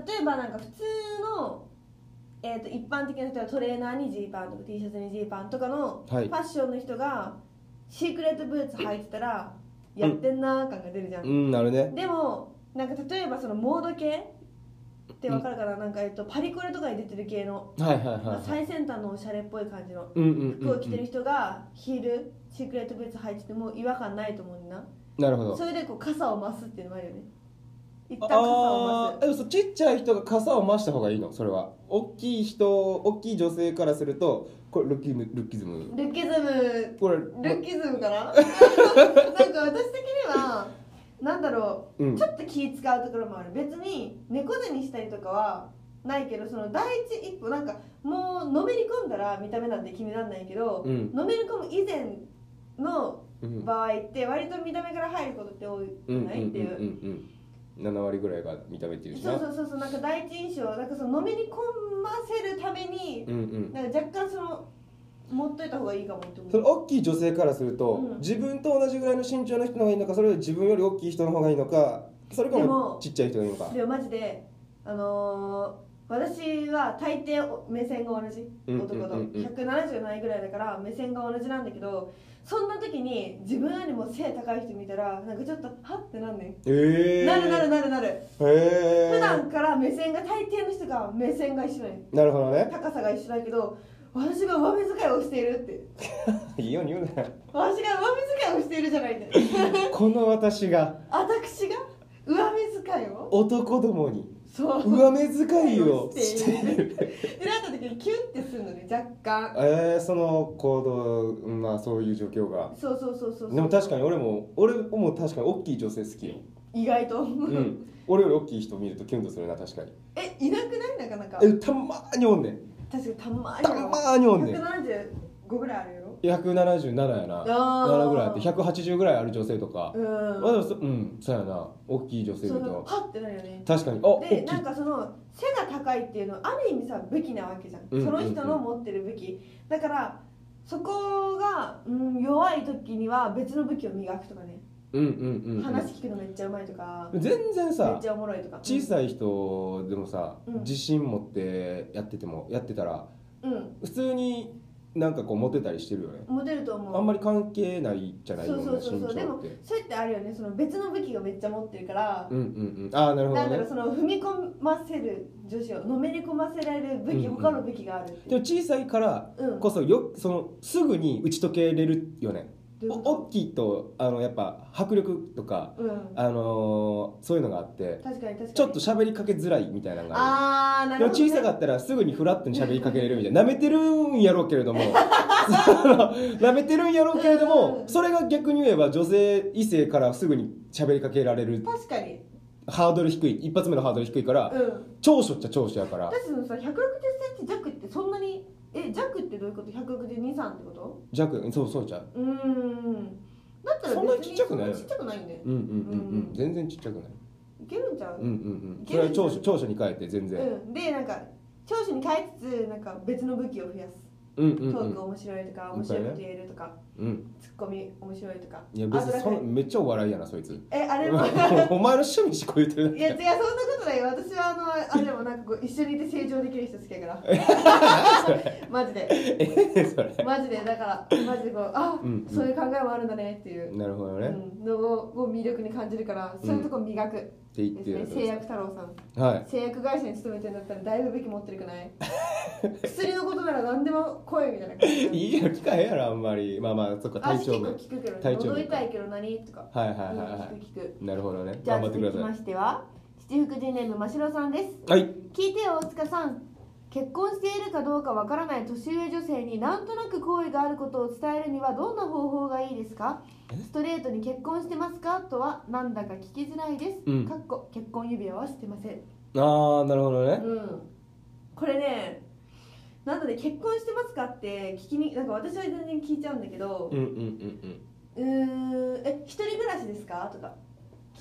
S2: ん
S1: 例えばなんか普通の、えー、と一般的な人はトレーナーにジーパンとか T シャツにジーパンとかのフ
S2: は
S1: ァ
S2: い
S1: ッションの人がシークレットブーツ履いてたらやってんなー感が出るじゃん、
S2: うんなるね
S1: でもなんか例えばそのモード系ってわかるかな,、なんかえっとパリコレとかに出てる系の、
S2: はいはいはい
S1: まあ
S2: はい
S1: 最先端のおしゃれっぽい感じの
S2: うんうんうん
S1: 服を着てる人がヒールシークレットブーツ履いてても違和感ないと思うんだな
S2: なるほど
S1: それでこう傘を増すっていうのもあるよね一旦傘を
S2: あ
S1: 増
S2: あーでもそうちっちゃい人が傘を回した方がいいのそれは大きい人大きい女性からするとこれルッキズムルッキズム
S1: すルッキズム
S2: これ
S1: ルッキズム かななんか私的にはなんだろ
S2: う
S1: うんちょっと気使うところもある別に猫背にしたりとかはないけどその第一一歩なんかもうのめり込んだら見た目なんて気にならないけど、
S2: うん
S1: のめり込む以前の
S2: うん
S1: 場合って割と見た目から入ることって多く
S2: うんうんうん
S1: ないっていう。
S2: うんうん7割ぐらいが見た目っていうし
S1: そ
S2: な
S1: うそうそうそうなんか第一印象なんかそののめり込ませるために
S2: うんうん
S1: なんか若干その持っといた方がいいかもって思う
S2: それ大きい女性からすると、
S1: うん
S2: 自分と同じぐらいの身長の人の方がいいのかそれより自分より大きい人の方がいいのかそれか
S1: で
S2: も
S1: も
S2: ちっちゃい人がいいのか
S1: でもマジであのー私は大抵お目線が同じ
S2: うん
S1: 男と
S2: うんうんうん
S1: 170ないぐらいだから目線が同じなんだけどそんな時に自分よりも背高い人見たらなんかちょっとハッてなんねん、
S2: ええー、
S1: なるなるなるなる
S2: へえ
S1: 普段から目線が大抵の人が目線が一緒なんよ
S2: なるほどね
S1: 高さが一緒だけど私が上目遣いをしているって
S2: いいように言うなよ
S1: 私が上目遣いをしているじゃないんだよ
S2: この私が
S1: 私が上目遣いを
S2: 男どもに
S1: そう
S2: 上目遣いをしている
S1: でなった時にキュンってするのね若干
S2: えー、その行動まあそういう状況が
S1: そうそうそうそうそう
S2: でも確かに俺も俺も確かに大きい女性好きよ、
S1: 意外と、
S2: うん、俺より大きい人見るとキュンとするな確かに
S1: えいなくないなかなか
S2: えたまーにおんねん
S1: 確かにたまに
S2: たまーにおんねん
S1: 175ぐらいあるよ
S2: 177やな
S1: あー
S2: 7ぐらいあって180ぐらいある女性とか、
S1: うん
S2: まあでもそうんそうやな大きい女性い
S1: そ
S2: る
S1: の
S2: と
S1: パッてなるよね
S2: 確かにあ大き
S1: で
S2: い
S1: なんかその背が高いっていうのはある意味さ武器なわけじゃん,、
S2: うんうんうん
S1: その人の持ってる武器だからそこが、うん、弱い時には別の武器を磨くとかね、
S2: うんうんうん、うん、
S1: 話聞くのめっちゃうまいとかめ
S2: 全然
S1: っ
S2: さ
S1: ちゃおもろいとか
S2: 小さい人でもさ、
S1: うん
S2: 自信持ってやっててもやってたら
S1: うん
S2: 普通になんかこうモテたりしてるよね
S1: モテると思う
S2: あんまり関係ないじゃない
S1: そ
S2: よ
S1: う
S2: ね
S1: そうそう
S2: 身
S1: そうで
S2: 長っ
S1: も
S2: て
S1: そうやってあるよねその別の武器をめっちゃ持ってるから、
S2: うんうんうんああなるほど
S1: なんだろ
S2: ね
S1: うその踏み込ませる女子をのめり込ませられる武器、
S2: うんうん
S1: 他の武器があるって
S2: でも小さいから
S1: うん
S2: こそよそのすぐに打ち解けれるよね
S1: どういう
S2: お
S1: こ
S2: 大きいとあのやっぱ迫力とか、
S1: とうん
S2: あのーそういうのがあって
S1: 確かに確かに
S2: ちょっと喋りかけづらいみたいなのがあ
S1: あーな
S2: る
S1: る
S2: で
S1: ほど、
S2: も小さか
S1: が
S2: ったらすぐにフラットに喋りかけれるみたいな舐めてるんやろうけれども その舐めてるんやろうけれど
S1: うん
S2: もそれが逆に言えば女性異性からすぐに喋りかけられる
S1: 確かに
S2: ハードル低い一発目のハードル低いから、
S1: うん
S2: 長所っちゃ長所やから
S1: 私のさ1 6 0ンチ弱ってそんなにえ弱ってどういうこと1 6 2 3ってこと
S2: 弱そうそうじゃん
S1: うーんだったら
S2: そんなにちっちゃくないよ
S1: 別にそんちっちゃくないんで
S2: うんうんうんう
S1: うん
S2: ん全然ちっちゃくない
S1: いけるんちゃう
S2: うんうんうんそれは長所長所に変えて全然
S1: うん、でなんか長所に変えつつなんか別の武器を増やす、
S2: うんう
S1: ト
S2: んう
S1: ー
S2: ん
S1: ク面白いとか
S2: うん
S1: 面白いこと言えるとか、
S2: うん
S1: ツッコミ面白いとか
S2: いや別にそ
S1: あ
S2: の
S1: となんか
S2: めっちゃお笑いやなそいつ
S1: えあ
S2: お
S1: れ
S2: 前
S1: も
S2: の趣味しこ言ってるだ
S1: い
S2: け
S1: や違うそんなことないよ私はあのあでもなんかこう一緒にいて成長できる人好き やからマジで
S2: えそれ
S1: マジでだからマジでこうあ、
S2: うんうん
S1: そういう考えもあるんだねっていう、
S2: なるほど
S1: う
S2: ね、っ
S1: ん、のをを魅力に感じるからそういうとこ磨く
S2: て言っ
S1: で
S2: てるや
S1: す
S2: つ
S1: ね製薬太郎さん
S2: はい
S1: 製薬会社に勤めてるんだったらだいぶ武器持ってるくない 薬のことなら何でも来いみたいな感じ
S2: いいよ聞かへんやろあんまりまあまあそっか体
S1: 足結構
S2: 調面
S1: 聞くけど
S2: 体調面
S1: 喉痛いけど何とか
S2: はいはいはいは
S1: 聞く聞く
S2: いなるほどね
S1: じゃ
S2: 頑
S1: あ
S2: 張って
S1: 続
S2: くだ
S1: きま
S2: さ
S1: しては七福神ネームましろさんです
S2: いはい
S1: 聞いてよ大塚さん結婚しているかどうかわからない年上女性になんとなく好意があることを伝えるにはどんな方法がいいですかストレートに結婚してますかとはなんだか聞きづらいです、
S2: うん
S1: かっこ結婚指輪はしてません
S2: ああなるほどね
S1: うん、これねなので結婚してますかって聞きになんか私は全然聞いちゃうんだけど
S2: うんうんうんうん
S1: 「うーんえ一人暮らしですか?」とか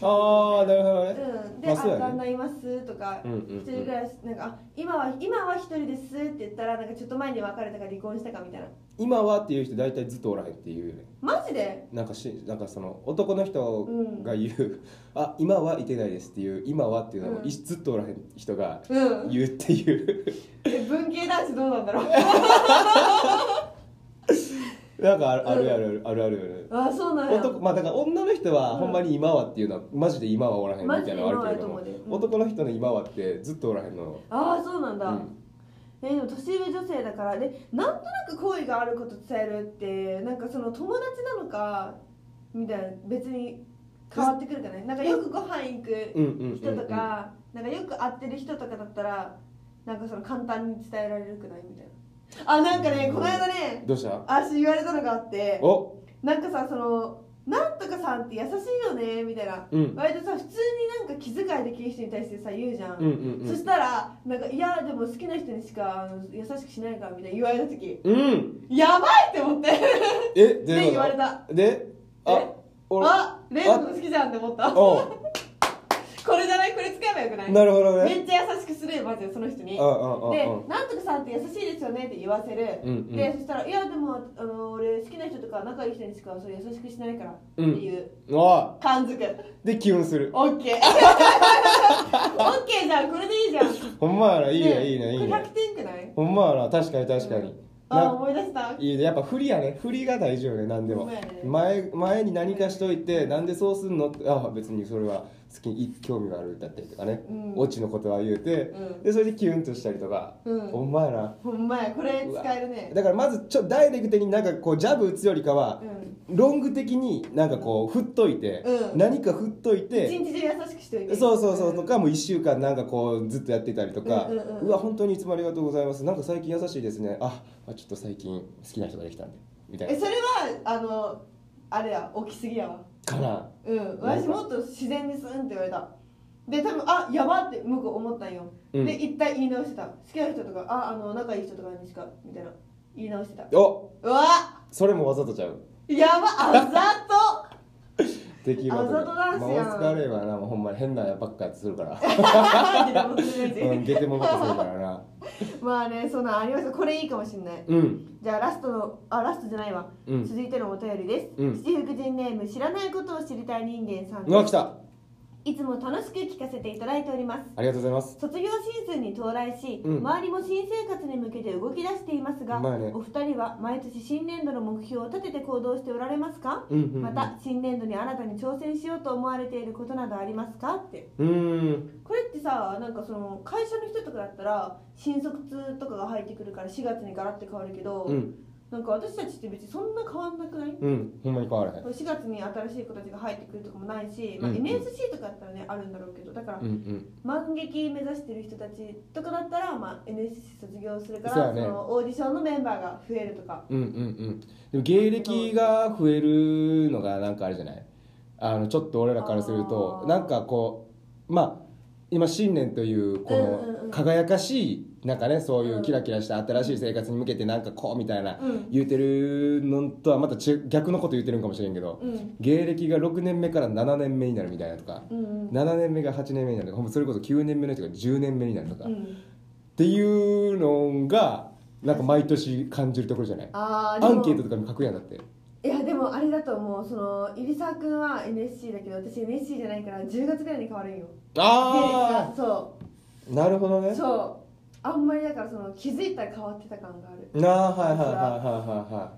S2: ああなるほどね
S1: うん、で「
S2: ま
S1: あ
S2: あそうやね
S1: 旦那います」とか
S2: うんう
S1: 「一
S2: ん
S1: 人暮らし」なんかあ「今は今は一人です」って言ったらなんかちょっと前に別れたか離婚したかみたいな
S2: 今はっていう人大体ずっとおらへんっていうよね
S1: マジで
S2: なんかしなんかその男の人
S1: うん
S2: が言う、あ今はいてないですっていう今はっていうのを、
S1: うん
S2: いずっとおらへん人が
S1: うん
S2: 言うっていう
S1: え文系男子どうなんだ ろう
S2: なんかあるあるあるあるあるある
S1: あそうなんや
S2: 男まあだから女の人は
S1: うん
S2: ほんまに今はっていうのはマジで今はおらへんみたいなのはあるけれども
S1: マジで今はやと思うでうん
S2: 男の人の今はってずっとおらへんの
S1: ああそうなんだ、
S2: うん
S1: えーでも年上女性だからでなんとなく好意があること伝えるってなんかその友達なのかみたいな別に変わってくるかねなんかよくご飯行
S2: う
S1: く
S2: んうんうんうん
S1: 人とか、なんかよく会ってる人とかだったらなんかその簡単に伝えられるくないみたいなあなんかねこの間ね
S2: どうした
S1: あし言われたのがあって
S2: お
S1: なんかさそのなんとかさんって優しいよねみたいな、
S2: うん
S1: 割とさ普通になんか気遣いできる人に対してさ言うじゃん
S2: うんうんう
S1: そし
S2: ん
S1: たらなんかいやでも好きな人にしかあの優しくしないからみたいな言われた時
S2: うん
S1: やばいって思って
S2: えで
S1: で言われた
S2: であ
S1: え
S2: 俺
S1: あレイのこと好きじゃんって思ったこ
S2: おう
S1: れじゃないこれ使えばよくない
S2: なるほど
S1: め
S2: ね
S1: っちゃ優しくするよまずその人に
S2: うんうんうん
S1: で
S2: うん
S1: 「なんとかさんって優しいですよね」って言わせる、
S2: うんうん
S1: でそしたら「いやでもあの俺好きな人とか仲いい人にしかそう優しくしないから」っていう
S2: あ
S1: 感づく、
S2: でキュンする
S1: オ ッケーオッケーじゃんこれでいいじゃん
S2: ほんまやないい
S1: ね
S2: ねいいねいい
S1: これ100
S2: ね
S1: 点くない
S2: ほんまやな確かに確かに、
S1: あ
S2: な
S1: 思い出した
S2: いいねやっぱ振りやね振りが大事よね何で
S1: ほ
S2: も
S1: んまやね
S2: 前前に何かしといてなんでそうすんのってあ別にそれは好きに興味があるだったりとかね、
S1: うん
S2: オチのことは言うて、
S1: うん
S2: でそれでキュンとしたりとか、
S1: うん
S2: ほんまやな
S1: ほんまやこれ使えるね
S2: だからまずちょダイレクトになんかこうジャブ打つよりかは
S1: う、ん
S2: ロング的になんかこう振っといて、
S1: うん
S2: 何か振っといて
S1: 一日中優しくしといて
S2: そうそうそうと
S1: ん
S2: かもう1週間なんかこうずっとやってたりとか、
S1: う
S2: うん
S1: うんうん
S2: わ本当にいつもありがとうございますなんか最近優しいですねああちょっと最近好きな人ができたんでみた
S1: え
S2: い
S1: それはあのあれや起きすぎやわ
S2: なかな
S1: うん私もっと自然にスンって言われたで多分あやばって向こう思ったんよ、
S2: うん
S1: で一旦言い直してた好きな人とかああの仲いい人とかにしかみたいな言い直してた
S2: お
S1: うわ
S2: それもわざとちゃう
S1: やばあ ざと
S2: できる
S1: あざとダンスやん
S2: まあ大塚レイはなもうほんまに変なばっかやつするから
S1: ってなことするし
S2: うんゲテモノことするからな
S1: まあねそんなんありましたこれいいかもしんない
S2: うん
S1: じゃあラストのあラストじゃないわ、
S2: う ん
S1: 続いてのお便りです、
S2: うん
S1: 七福神ネーム知らないことを知りたい人間さん
S2: うわ
S1: で
S2: 来
S1: す
S2: た
S1: いつも楽しく聞かせていただいております
S2: ありがとうございます
S1: 卒業シーズンに到来し、
S2: うん
S1: 周りも新生活に向けて動き出していますが、
S2: まあね
S1: お二人は毎年新年度の目標を立てて行動しておられますか、
S2: うんうんうん
S1: また新年度に新たに挑戦しようと思われていることなどありますかって
S2: うーん
S1: これってさなんかその会社の人とかだったら新卒とかが入ってくるから4月にガラッて変わるけど、
S2: うん
S1: なんか私たちって別にそんな変わんなくない
S2: うんほんまに変わらへん
S1: 4月に新しい子たちが入ってくるとかもないし、まあ、
S2: うんうん
S1: NSC とかだったらねあるんだろうけどだから
S2: うんうん
S1: 満劇目指してる人たちとかだったら、まあ、NSC 卒業するから
S2: そう
S1: そ、
S2: やね
S1: のオーディションのメンバーが増えるとか
S2: うんうんうんでも芸歴が増えるのがなんかあれじゃないあのちょっと俺らからすると
S1: あー
S2: なんかこうまあ今新年というこ
S1: うんうんう
S2: の
S1: ん
S2: 輝かしいなんかねそういううんキラキラした新しい生活に向けてなんかこうみたいな
S1: うん
S2: 言うてるのとはまたち逆のこと言うてるんかもしれんけど
S1: うん
S2: 芸歴が6年目から7年目になるみたいなとか
S1: うん
S2: 7年目が8年目になるとかほんまそれこそ9年目の人が10年目になるとか
S1: う
S2: っ
S1: ん
S2: ていうのがなんか毎年感じるところじゃない
S1: あ
S2: ア
S1: ーでも
S2: ンケートとかに書くやんだって
S1: いやでもあれだと思うその入澤君は NSC だけど私 NSC じゃないから10月ぐらいに変わるんよ
S2: あ
S1: 芸歴がそ
S2: あなるほど
S1: う
S2: ね
S1: そうあんまりだからその気づいたら変わってた感がある
S2: なあはいはいはいはいはいは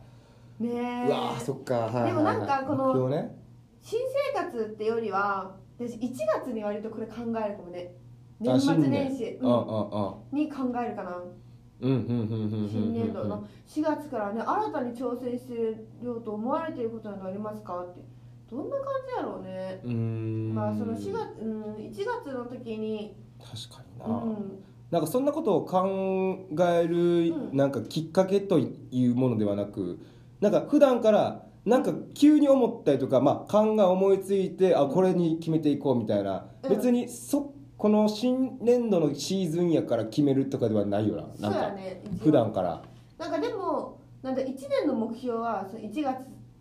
S2: い
S1: ねえ
S2: うわあそっか、はい、
S1: でもなんかこの
S2: 目標ね
S1: 新生活ってよりは私1月に割とこれ考えるかもね
S2: あ
S1: 年末年始
S2: うんうんうん
S1: うんに考えるかな
S2: うんうんうんうんうんうん
S1: 新年度の4月からね新たに挑戦してようと思われていることなどありますかってどんな感じやろうね
S2: うーん
S1: まあその4月、うん、1月の時に
S2: 確かにな、
S1: うん
S2: なんかそんなことを考える
S1: うん
S2: なんかきっかけというものではなくなんか普段からなんか急に思ったりとか、まあ、勘が思いついてあこれに決めていこうみたいな、
S1: うん
S2: 別にそこの新年度のシーズンやから決めるとかではないよ
S1: そう
S2: ななん
S1: や
S2: か
S1: ね
S2: 普段から
S1: なんかでもなんだ1年の目標はその1月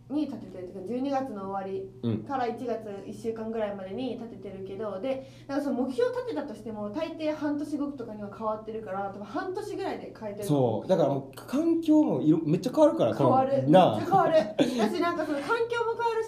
S1: に立ててるとか12月の終わ
S2: うん
S1: りから1月1週間ぐらいまでに立ててるけどでなんかその目標を立てたとしても大抵半年後とかには変わってるから多分半年ぐらいで変えてる
S2: そうだからもう環境もいろめっちゃ変わるから
S1: 変わるめっ
S2: こ
S1: ち
S2: のな
S1: ゃ
S2: あ
S1: 変わるだしなんかその環境も変わる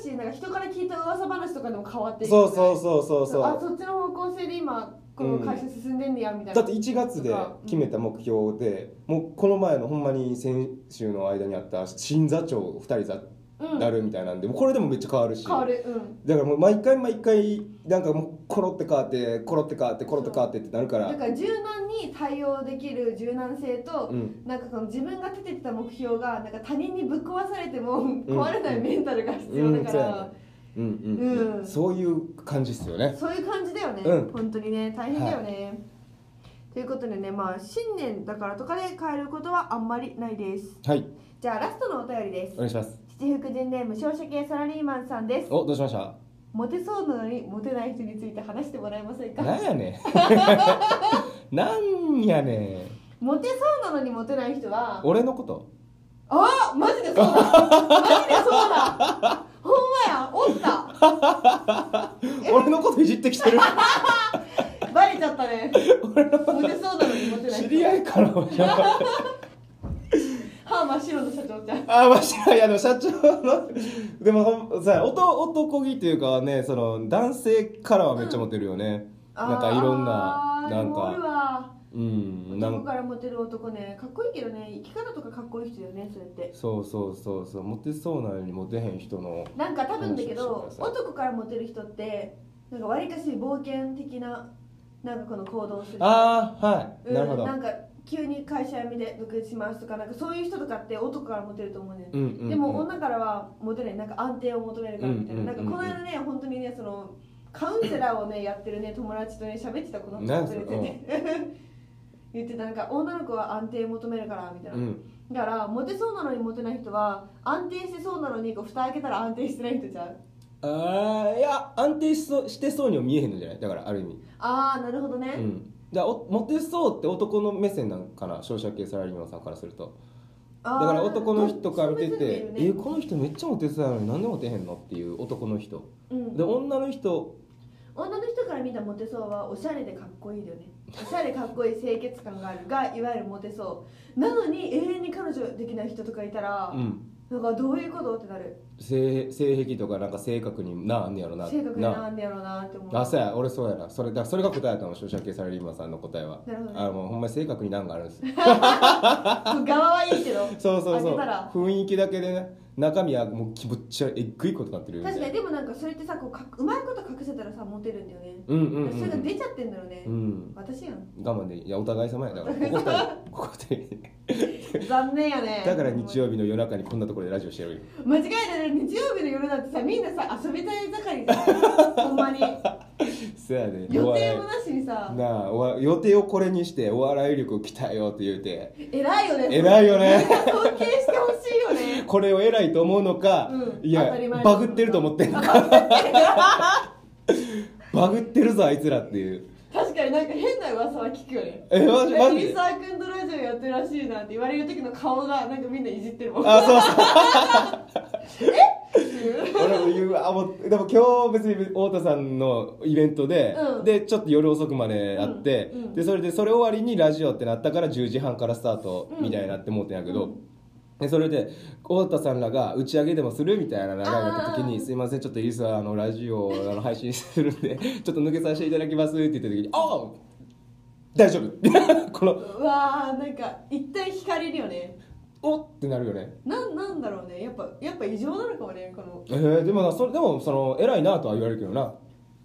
S1: しなんか人から聞いた噂話とかでも変わっていく
S2: そうそうそうそう
S1: あ
S2: そ
S1: そっちの方向性で今この会社進んでんねやみたい
S2: うだ
S1: な、
S2: って1月で決めた目標で、もうこの前のほんまに先週の間にあった新座長2人座
S1: うん、
S2: なるみたいなんで、もうこれでもめっちゃ変わるし
S1: 変わるうん
S2: だからもう毎回毎回なんかもうコロって変わってコロって変わってコロって変わってってなるから
S1: だから柔軟に対応できる柔軟性と、
S2: うん
S1: なんかその自分が立ててた目標がなんか他人にぶっ壊されても壊れないメンタルが必要だか
S2: うんそうや
S1: ら、
S2: うんうん、
S1: うん
S2: そういう感じっすよね
S1: そういう感じだよね、
S2: うん
S1: 本当にね大変だよね、ということでねまあ新年だからとかで変えることはあんまりないです
S2: はい
S1: じゃあラストのお便りです
S2: お願いします
S1: 七福神ネーム商社系サラリーマンさんです
S2: おどうしました
S1: モテそうなのにモテない人について話してもらえませんか
S2: なんやね んなんやねん
S1: モテそうなのにモテない人は
S2: 俺のこと
S1: あマジでそうだマジでそうだほんまやおった
S2: 俺のこといじってきて る
S1: バレちゃったねモテそうなのにモテない
S2: 知り合いからも
S1: 歯真っ白の社長ちゃん
S2: あましいやでも社長のでもほんさ男男気というかねその男性からはめっちゃモテるよね、 なんかいろんな
S1: あー
S2: なん
S1: でもおる
S2: か
S1: わ
S2: うんな
S1: 男
S2: んか
S1: からモテる男ねかっこいいけどね生き方とかかっこいい人だよねそれって
S2: そうそうそうそうモテそうなのにモテへん人の
S1: なんか多分だけ
S2: うん
S1: ど
S2: そうそうそう
S1: 男からモテる人ってなんかわりかし冒険的ななんかこの行動をする人
S2: ああはい、
S1: うん
S2: なるほど
S1: なんか急に会社辞めで独立しますとかなんかそういう人とかって男からモテると思うね、
S2: うんうんうん
S1: でも女からはモテないなんか安定を求めるからみたいな,、
S2: うんうんうんうん
S1: なんかこの間ね本当にねそのカウンセラーを ねやってるね友達とね喋ってた子の
S2: なん
S1: と
S2: それ
S1: 連れてて 言ってたなんか女の子は安定求めるからみたいな、
S2: うん
S1: だからモテそうなのにモテない人は安定してそうなのにこう蓋開けたら安定してない人じゃん
S2: ああいや安定しそうしてそうには見えへんのじゃないだからある意味
S1: ああなるほどね、
S2: うんじゃあおモテそうって男の目線なのかな消費者系サラリーマンさんからすると
S1: あ
S2: だ
S1: ー
S2: から男の人から見て
S1: そうそういう
S2: て
S1: 人もい
S2: 「え
S1: るね
S2: この人めっちゃモテそうやのになんでモテへんの?」っていう男の人
S1: うん
S2: で女の人
S1: 女の人から見たモテそうはおしゃれでかっこいいだよねおしゃれかっこいい清潔感があるがいわゆるモテそうなのに永遠に彼女できない人とかいたら
S2: う、ん
S1: なんかどういうことってなる
S2: 性性癖とかなんか性格になあんねやろな
S1: 性格になんでやろうなって思う
S2: あそうや俺そうやなそれだからそれが答えたの消費者系サラリーマンさんの答えは
S1: なるほどね
S2: あもうほんまに性格に難があるんです
S1: 側はいいけど
S2: そうそう
S1: あ
S2: そう
S1: げたら
S2: 雰囲気だけでね中身はもうきぶっちゃえっぐいことになってるみたい
S1: 確
S2: な
S1: かにでもなんかそれってさこうかうまいこと隠せたらさモテるんだよね、
S2: うんうんうん
S1: それが出ちゃってんだろうね、
S2: うん
S1: 私やん
S2: 我慢でいいいやお互い様やだ からここ二人ここ二人
S1: 残念やね
S2: だから日曜日の夜中にこんなところでラジオしてるよ
S1: 間違いない日曜日の夜なんてさみんなさ遊びたい盛りさほん まに
S2: そやで
S1: 予
S2: お
S1: 定
S2: 笑
S1: もなしにさ
S2: いなあおわ予定をこれにしてお笑い力を鍛えようって言うて
S1: 偉いよね
S2: 偉いよね
S1: みんな尊敬してほしいよね
S2: これを偉いと思うのか、
S1: うん
S2: い
S1: 当
S2: や
S1: たり前だ
S2: バグってると思ってんのかバグってるぞあいつらっていう
S1: 確かになんか変な噂は聞くよね
S2: えマジマジ
S1: ミサー君とラジオやってるらしいなって言われる時の顔がなんかみんないじってるもん
S2: あそう
S1: っ
S2: そう
S1: ていう
S2: 俺も言うあもうでも今日別に太田さんのイベントで、
S1: うん
S2: でちょっと夜遅くまであって、
S1: うんうん
S2: でそれでそれ終わりにラジオってなったから10時半からスタート
S1: うん
S2: みたいになって思ってんやけど、
S1: うん
S2: でそれで太田さんらが打ち上げでもするみたいな流れだった時
S1: あ
S2: に「
S1: ー
S2: すいませんちょっとイリスはあのラジオあの配信するんで ちょっと抜けさせていただきます」って言った時に「ああ大丈夫! 」 この
S1: うわーなんか一体惹かれるよね
S2: 「おっ!」ってなるよね。
S1: なんなんだろうねやっぱやっぱ異常なのかもねこの
S2: えー、でもなそれでもその偉いなとは言われるけどな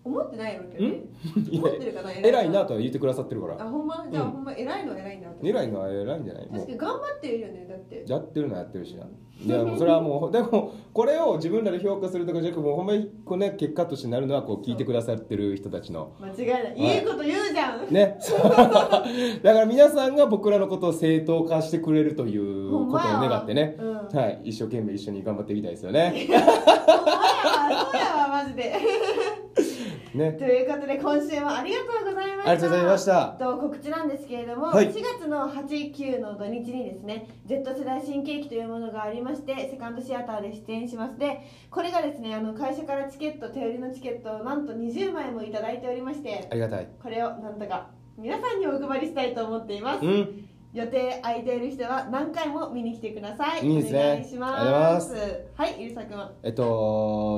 S1: 思ってないのけどね
S2: いや
S1: 思ってるかな
S2: 偉いなとは言ってくださってるから
S1: あほんまじゃあ、
S2: うん
S1: ほんま偉いのは偉いなって
S2: 偉いのは偉いんじゃないも
S1: 確か
S2: う
S1: に頑張ってるよねだって
S2: やってるのはやってる しないやもうそれはもう でもこれを自分らで評価するとかじゃなくもうほんまにこう、ね、結果としてなるのはこう聞いてくださってる人たちの
S1: 間違いない、
S2: はい
S1: い、いこと言うじゃん
S2: ねだから皆さんが僕らのことを正当化してくれるという
S1: ほ
S2: こ
S1: んま
S2: とを
S1: やわ
S2: 願ってね、
S1: うん
S2: はい、一生懸命一緒に頑張っていきたいですよね
S1: そうやわそうやわマジで
S2: ね
S1: ということで今週もありがとうございました
S2: ありがとうございました
S1: と告知なんですけれども、
S2: はい
S1: 4月の89の土日にですね Z 世代新喜劇というものがありましてセカンドシアターで出演しますでこれがですねあの会社からチケット手売りのチケットをなんと20枚もいただいておりまして
S2: ありがたい
S1: これをなんとか皆さんにお配りしたいと思っています
S2: うん
S1: 予定空いている人は何回も見に来てください
S2: いいですね
S1: お願いします
S2: ありがとうご
S1: はいゆりさくんは
S2: えっと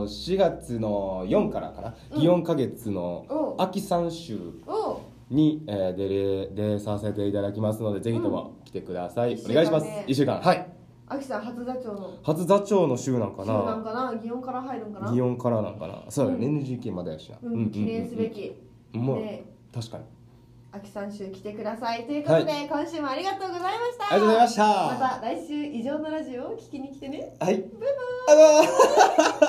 S2: 4月の4からかな、
S1: うん
S2: 4ヶ月の
S1: おう
S2: 秋三週
S1: おう
S2: に、えー、出れ出させていただきますのでぜひとも来てください、
S1: うん
S2: お願いします
S1: 一
S2: 1週間はい
S1: あきさん初座長の
S2: 初座長の週なん
S1: そ
S2: か
S1: うなん
S2: な
S1: かな祇園から入るんかな
S2: 祇園からなんかなそうだね、
S1: う
S2: NGK までやしな、
S1: うん記念すべき
S2: もう
S1: で
S2: 確かに
S1: あきさん週来てくださいということで、
S2: は
S1: 今週もありがとうございました
S2: ありがとうございました
S1: また来週以上のラジオを聞きに来てね
S2: はい
S1: バイバイ
S2: あのー